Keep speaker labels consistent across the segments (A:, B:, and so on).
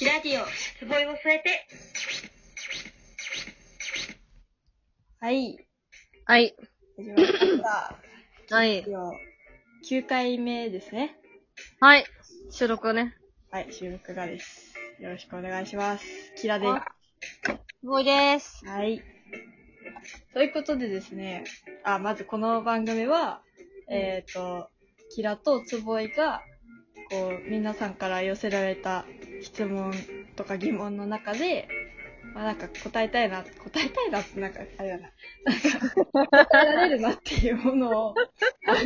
A: ラジオ。
B: つぼいを添えて、
A: はい。
C: はい。
A: 始まりました。
C: はい。
A: 9回目ですね。
C: はい。収録をね。
A: はい、収録がです。よろしくお願いします。キラで
C: はボイです。
A: す。はい。ということでですね、あ、まずこの番組は、えっ、と、キラとつぼいが、こう、皆さんから寄せられた質問とか疑問の中で、まあなんか答えたいな、答えたいなってなんか、あれだな。なんか、答えられるなっていうものを、あ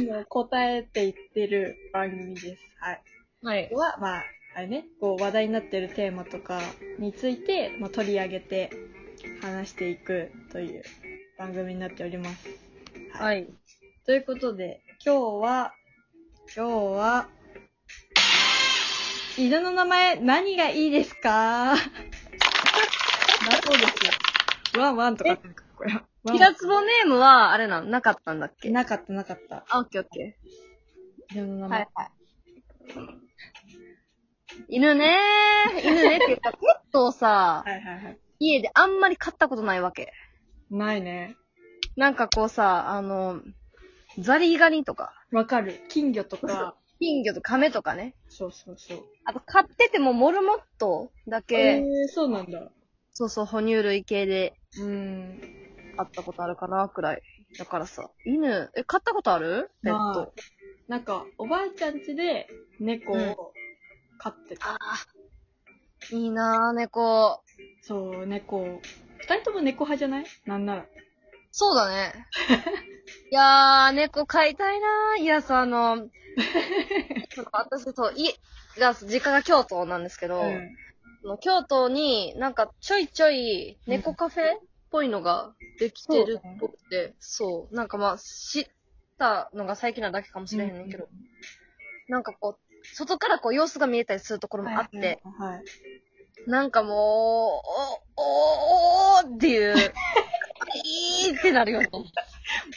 A: の、答えていってる番組です。はい。
C: はい。
A: は、まあ、あれね、こう話題になってるテーマとかについて、まあ、取り上げて話していくという番組になっております。
C: はい。
A: ということで、今日は、今日は、犬の名前何がいいですか だそうですよ。ワンワンとかなんか、これは。ワンワ
C: 平坪ネームは、あれなのなかったんだっけ
A: ンなかったなかった。
C: あ、オッケーオッケ
A: 犬の名
C: ー。
A: 前。
C: い。犬ねー。犬ねっていうか、ペットをさ、
A: はいはいはい。
C: 家であんまり飼ったことないわけ。
A: ないね。
C: なんかこうさ、あの、ザリガニとか、
A: わかる。金魚と か、
C: 金魚とカメとかね。
A: そうそうそう。
C: あと飼っててもモルモットだ
A: え
C: け、
A: ー、そうなんだ。
C: そうそう、哺乳類系で
A: うん。
C: 飼ったことあるかな、くらい。だからさ、犬、え、飼ったことあるペット。
A: まあなんか、おばあちゃん家で猫を飼ってた。
C: ああ。いいなぁ、猫。
A: そう、猫を。二人とも猫派じゃないなんなら。
C: そう だね。いやー、猫飼いたいなぁ。いやさ、あの、その私、そう、家が、実家が京都なんですけど、
A: うん。
C: その京都になんかちょいちょい猫カフェっぽいのができてるっぽくて、そう,、なんかまあ、知ったのが最近なだけかもしれへんねんけど、なんかこう、外からこう様子が見えたりするところもあって、
A: はい。はい
C: なんかもう、お、お、おーっていう、 いいってなるよね。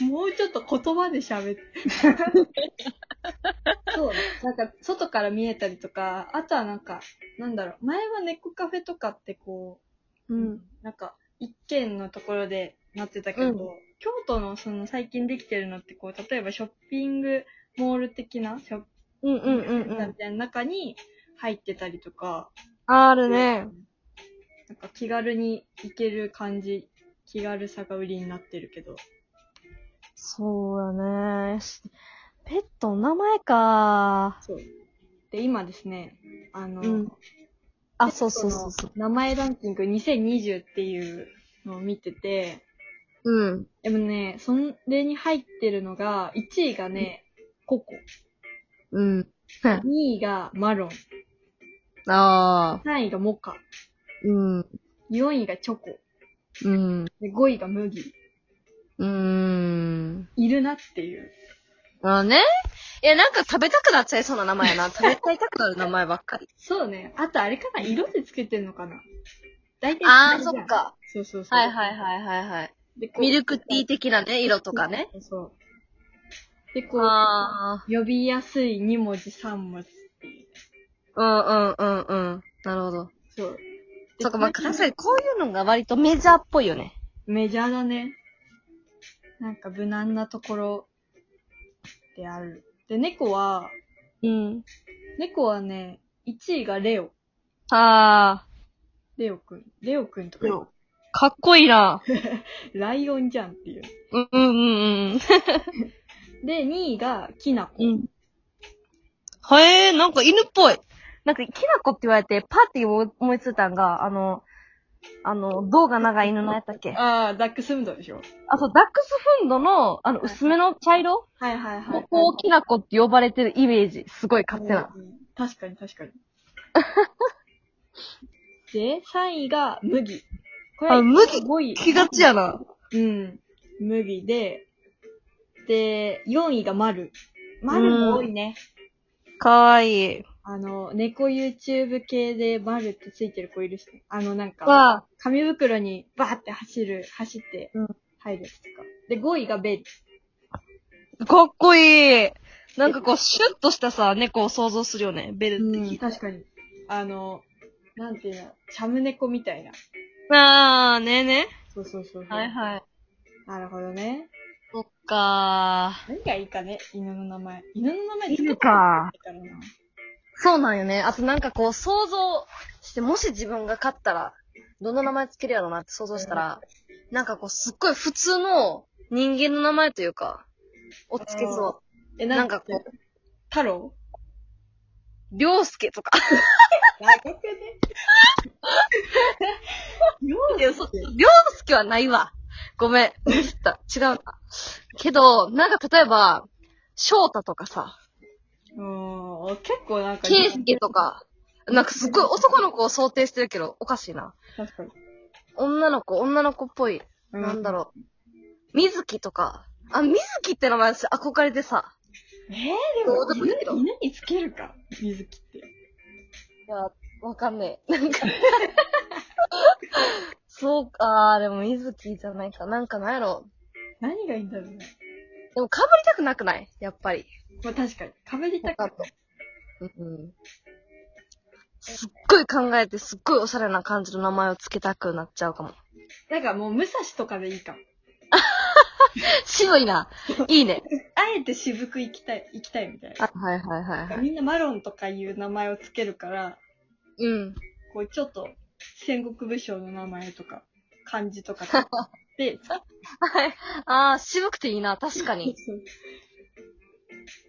A: もうちょっと言葉で喋っ て。そう。なんか、外から見えたりとか、あとはなんか、なんだろう、前は猫カフェとかってこ
C: う
A: う、。なんか、一軒のところでなってたけど、
C: うん
A: 京都のその最近できてるのってこう、例えばショッピングモール的な、ショッ
C: うんうんうんう
A: み
C: ん。
A: たいな中に入ってたりとか、
C: あるね。
A: なんか気軽に行ける感じ、気軽さが売りになってるけど。
C: そうだね。ペットの名前か。
A: そう。で、今ですね、あの、
C: うんあ、そうそうそうそう。
A: 名前ランキング2020っていうのを見てて、
C: うん。
A: でもね、それに入ってるのが、1位がね、ココ。
C: うん。
A: 2位がマロン。
C: ああ。
A: 3位がモカ。
C: うん。
A: 4位がチョコ。
C: うん。
A: で5位が麦。
C: うん。
A: いるなっていう。
C: あね。いや、なんか食べたくなっちゃいそうな名前やな。食べたいたくなる名前ばっ かり。
A: そうね。あとあれかな色でつけてんのかな大体
C: ああ、
A: じゃん
C: そっ。か。
A: そうそうそう。
C: はいはいはいはいはい。
A: でこう
C: ミルクティー的なね、色とかね。。
A: そうそう。で、こう、
C: ああ。
A: 呼びやすい2文字3文字っていう。
C: うんうんうんうん。なるほど。
A: そう。で
C: そうか、まあ、
A: これ
C: 確かにこういうのが割とメジャーっぽいよね。
A: メジャーだね。なんか無難なところである。で、猫は、
C: うん。
A: 猫はね、1位がレオ。
C: あ
A: レオくん。レオくんとか
C: レ、オー、かっこいいな。
A: ライオンじゃんっていう。
C: うんうんうん。
A: で、2位がきなこ。
C: うん。はえー、なんか犬っぽい。なんか、きなこって言われて、パーって思いついたんが、あの、あの、胴が長い犬のやったっけあ
A: ああ、ダックスフンドでしょ。
C: と、ダックスフンドの、あの、薄めの茶色
A: はいはいはい。
C: ここをきなこって呼ばれてるイメージ。すごい勝手な。
A: うん確かに確かに。 で、3位が麦。こ
C: あ麦
A: 5位。
C: 気がちやな。
A: うん。麦で、で、4位が丸。丸も多いね。
C: かわいい。
A: あの、猫 YouTube 系で丸ってついてる子いるし、ね、あのなんか、
C: わあ。
A: 紙袋にバーって走る、走って
C: うん
A: 入るやつとか。で、5位がベリ。
C: かっこいい。なんかこう、シュッとしたさ、猫を想像するよね。ベル
A: う
C: って聞
A: ん、
C: いた。
A: 確かに。あの、なんていうの、チャムネコみたいな。
B: あー、ねえね
A: そうそうそう
B: え。
A: そう。
B: はいはい。
A: なるほどね。
B: そっか
A: 何がいいかね、犬の名前。犬の名前
B: 犬
A: 作
B: か
A: ってみたいからな。
C: そうなんよね。あとなんかこう想像して、もし自分が勝ったら、どの名前つけるやろうなって想像したら、なんかこうすっごい普通の人間の名前というか、をつけそ
A: え、
C: う。なんかこう、
A: 太郎
C: りょうすけ とか。
A: 外国ね。 ようでそ
C: りょうすけはないわ。ごめん。ミスった。違うな。けど、なんか例えば、翔太とかさ、
A: うん、結構なんか、
C: 圭介とか、なんかすっごい男の子を想定してるけど、おかしいな。
A: 確かに。
C: 女の子、女の子っぽい。なんだろう。水木とか。あ、水木って名前私憧れてさ。
A: う。えー、でも
C: どうでもいいけど
A: 犬、犬につけるか水木って。
C: いや、わかんねえ。なん か。そうか、でも水木じゃないか。なんかなんやろ。
A: 何がいいんだろうね。
C: でも被りたくなくないやっぱり。
A: まあ確かに。壁にたか
C: 他と。うん。すっごい考えて、すっごいおしゃれな感じの名前をつけたくなっちゃうか も。
A: なんかもう武蔵とかでいいかも。
C: 渋いな。いいね。
A: あえて渋く行きたい、行きたいみたいな。
C: あ はいはいはいはい。
A: みんなマロンとかいう名前をつけるから、
C: うん。
A: こうちょっと戦国武将の名前とか、漢字 とかで、
C: ああ、渋くていいな。確か に。
A: そう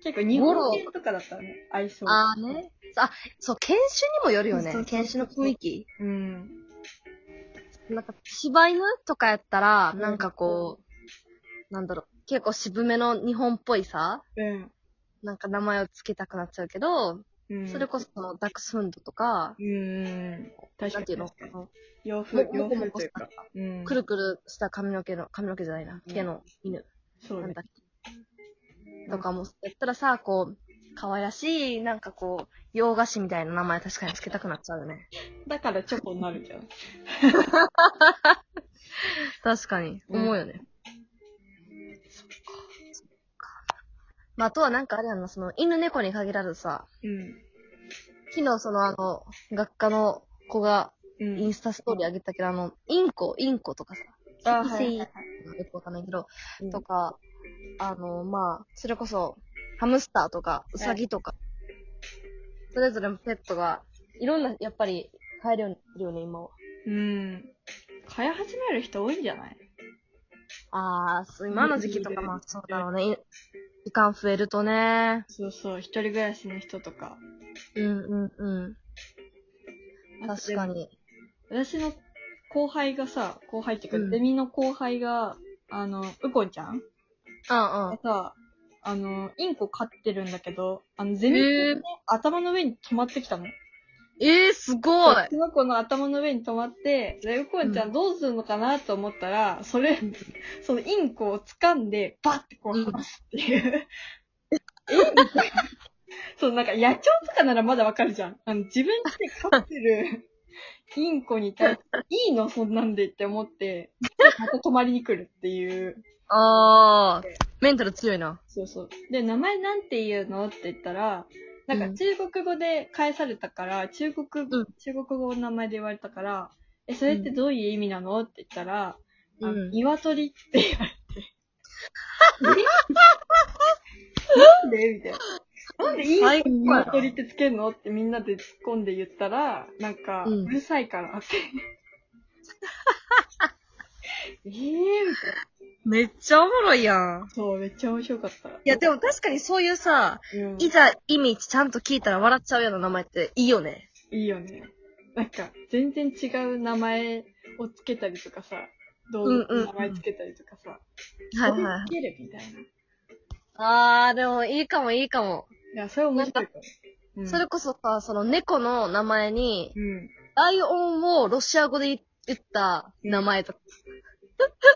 A: 結構日本犬とかだったらね、合いそう。
C: ああね。あ、そう、犬種にもよるよね
A: そうそうそう。
C: 犬種の雰囲気。
A: うん。
C: なんか、柴犬とかやったら、
A: うん
C: なんかこう、なんだろう、結構渋めの日本っぽいさ、
A: うん。
C: なんか名前をつけたくなっちゃうけど、
A: うん。
C: それこそそのダックスフンドとか、
A: うん。確かに。
C: なんていうの
A: 確かに洋風、洋風というか。うん。
C: くるくるした髪の毛の、髪の毛じゃないな、
A: うん
C: 毛の犬、
A: そう
C: なん
A: ね。
C: だっけ。とかも、やったらさ、こう、可愛らしい、なんかこう、洋菓子みたいな名前確かにつけたくなっちゃうよね。
A: だからチョコになるじゃん。
C: 確かに、
A: うん
C: 思うよね。そっか。まあ、あとはなんかあれやんな、その、犬猫に限らずさ、
A: うん。
C: 昨日そのあの、学科の子が
A: うん。
C: インスタストーリー上げたけど、あの、インコ、インコとかさ、
A: あ
C: 伊
A: は
C: 勢
A: い
C: インコよくわかんないけど、
A: うん
C: とか、あの、まあ、それこそ、ハムスターとか、ウサギとか、それぞれのペットが、いろんな、やっぱり、飼えるようになってるよね、今は。
A: うん。飼い始める人多いんじゃない
C: あー、そう今の時期とか、まあ、そうだろうね。い時間増えるとね。
A: そうそう、一人暮らしの人とか。
C: うんうんうん。確か。に。
A: 私の後輩がさ、後輩っていうか、
C: うん
A: ゼミの後輩が、あの、ウコンちゃん
C: うんうん
A: が。さ、あの、インコ飼ってるんだけど、あの、ゼミの
C: えー、
A: 頭の上に止まってきたの。
C: えー、すごい。
A: その子の頭の上に止まって、で、ウコンちゃ
C: うん
A: どうするのかなと思ったら、それ、そのインコを掴んで、バッてこう離すっていう。えみたいな。そう、なんか野鳥とかならまだわかるじゃん。あの、自分で飼ってるインコに対して、いいのそんなんでって思って、また泊まりに来るっていう。
C: あー、メンタル強いな。
A: そうそう。で、名前なんて言うのって言ったら、なん
C: う
A: か
C: ん
A: 中国語で返されたから、中国、
C: うん
A: 中国語の名前で言われたから、え、それってどういう意味なのって言ったら、あ
C: うん
A: 鶏って言われて。 なんでみたいな。なんでいい
C: 最
A: 鶏
C: 高やな
A: 鶏ってつけんのってみんなで突っ込んで言ったら、なんか、
C: う
A: うんるさいから って。えー、みたいな。
C: めっちゃおもろいやん。
A: そう、めっちゃ面白かった。
C: いや、でも確かにそういうさ、
A: うん
C: いざ意味ちゃんと聞いたら笑っちゃうような名前っていいよね。
A: いいよね。なんか、全然違う名前をつけたりとかさ、動物の名前つけたりとかさ、
C: はい
A: これ
C: はい
A: つ。けるみたいな。い
C: あー、でもいいかもいいかも。
A: や、それ面白いから。うん、
C: それこそさ、その猫の名前に、
A: うん。
C: ライオンをロシア語で言った名前とか。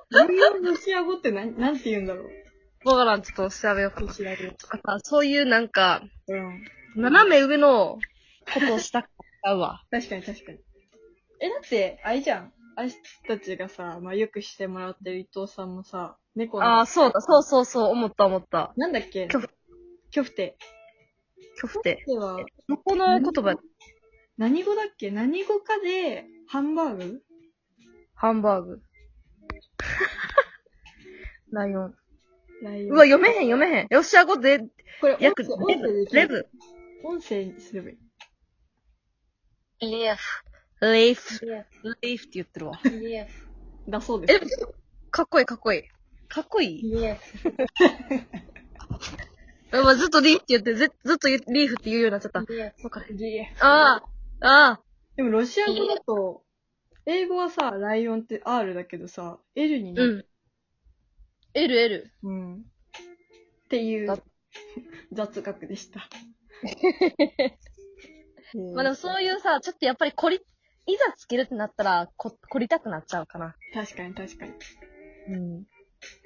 A: ライオンのロシア語ってなん、なんて言うんだろう。
C: わからん、ちょっと調べようかな。
A: 調べる。
C: とかさ、そういうなんか、
A: うん。
C: 斜め上のことをしたくなるわ。
A: 確かに確かに。え、だって、あれじゃん。あいたちがさ、まあ、よくしてもらってる伊藤さんもさ、猫
C: あ
A: の
C: ー、、そうだ、そうそうそう、思った思った。
A: なんだっけ
C: キョフ
A: キョフテ。
C: キョフテ。
A: では、
C: 向こうの言葉やった
A: 何語だっけ何語かで、ハンバーグ
C: ハンバーグ。 ライオン。
A: ライオン
C: うわ、読めへん、読めへん。ロシア語で、
A: これ、
C: 約、
A: 音声音声でい
C: レブ。
A: け
C: レ
A: る
C: ブ。
A: 音声にすればいい。
C: リエフ。レイフ。
B: リーフって言ってるわ。
A: だそうです。
C: え、かっこいい、かっこいい。かっこいいうんまあずっとリーフって言って、ずずっとリーフって言うようになっちゃった。
A: そうか、DF
C: ああ、ああ、
A: でもロシア語だと、英語はさ、ライオンって R だけどさ、L にな
C: う
A: る。
C: ん。L、L。
A: うん。ってい
C: だ
A: う、 雑学で した。
C: まあでもそういうさ、ちょっとやっぱりこり、いざつけるってなったら、こ、凝りたくなっちゃうかな。
A: 確かに確かに。
C: うん。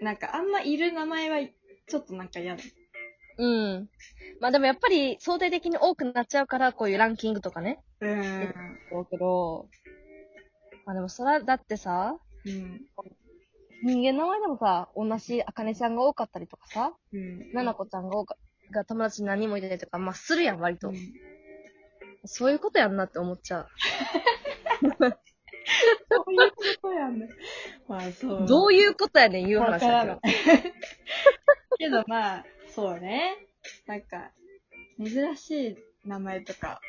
A: なんかあんまいる名前は、ちょっとなんか嫌だ。
C: うん。まあでもやっぱり想定的に多くなっちゃうから、こういうランキングとかね。
A: うーん。
C: 思うけど、まあでもそら、だってさ、
A: うん。
C: 人間の名前でもさ、同じあかねちゃんが多かったりとかさ、
A: うん。
C: ななこちゃんが多かが友達に何人もいてたりとか、まあするやん、割と。
A: うん
C: そういうことやんなって思っちゃ。
A: そういうことやね。まあそうう。
C: ど
A: いう
C: いうことやねん、言う
A: わ
C: 話
A: から
C: だけ
A: な
C: ど
A: い。。 けどまあ、そうね。なんか、珍しい名前とか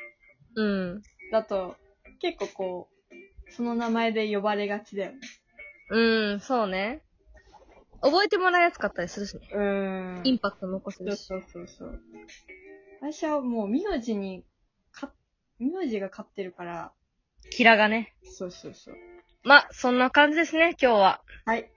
C: うん。
A: だと、結構こう、その名前で呼ばれがちだよね。
C: うん、そうね。覚えてもらいやすかったりするしね。
A: うーん
C: インパクト残せ
A: そ
C: る
A: う
C: し。
A: そうそうそう。私はもう名字に、か、名字が勝ってるから、
C: キラがね。
A: そうそうそう。
C: まあ、そんな感じですね、今日は。
A: はい。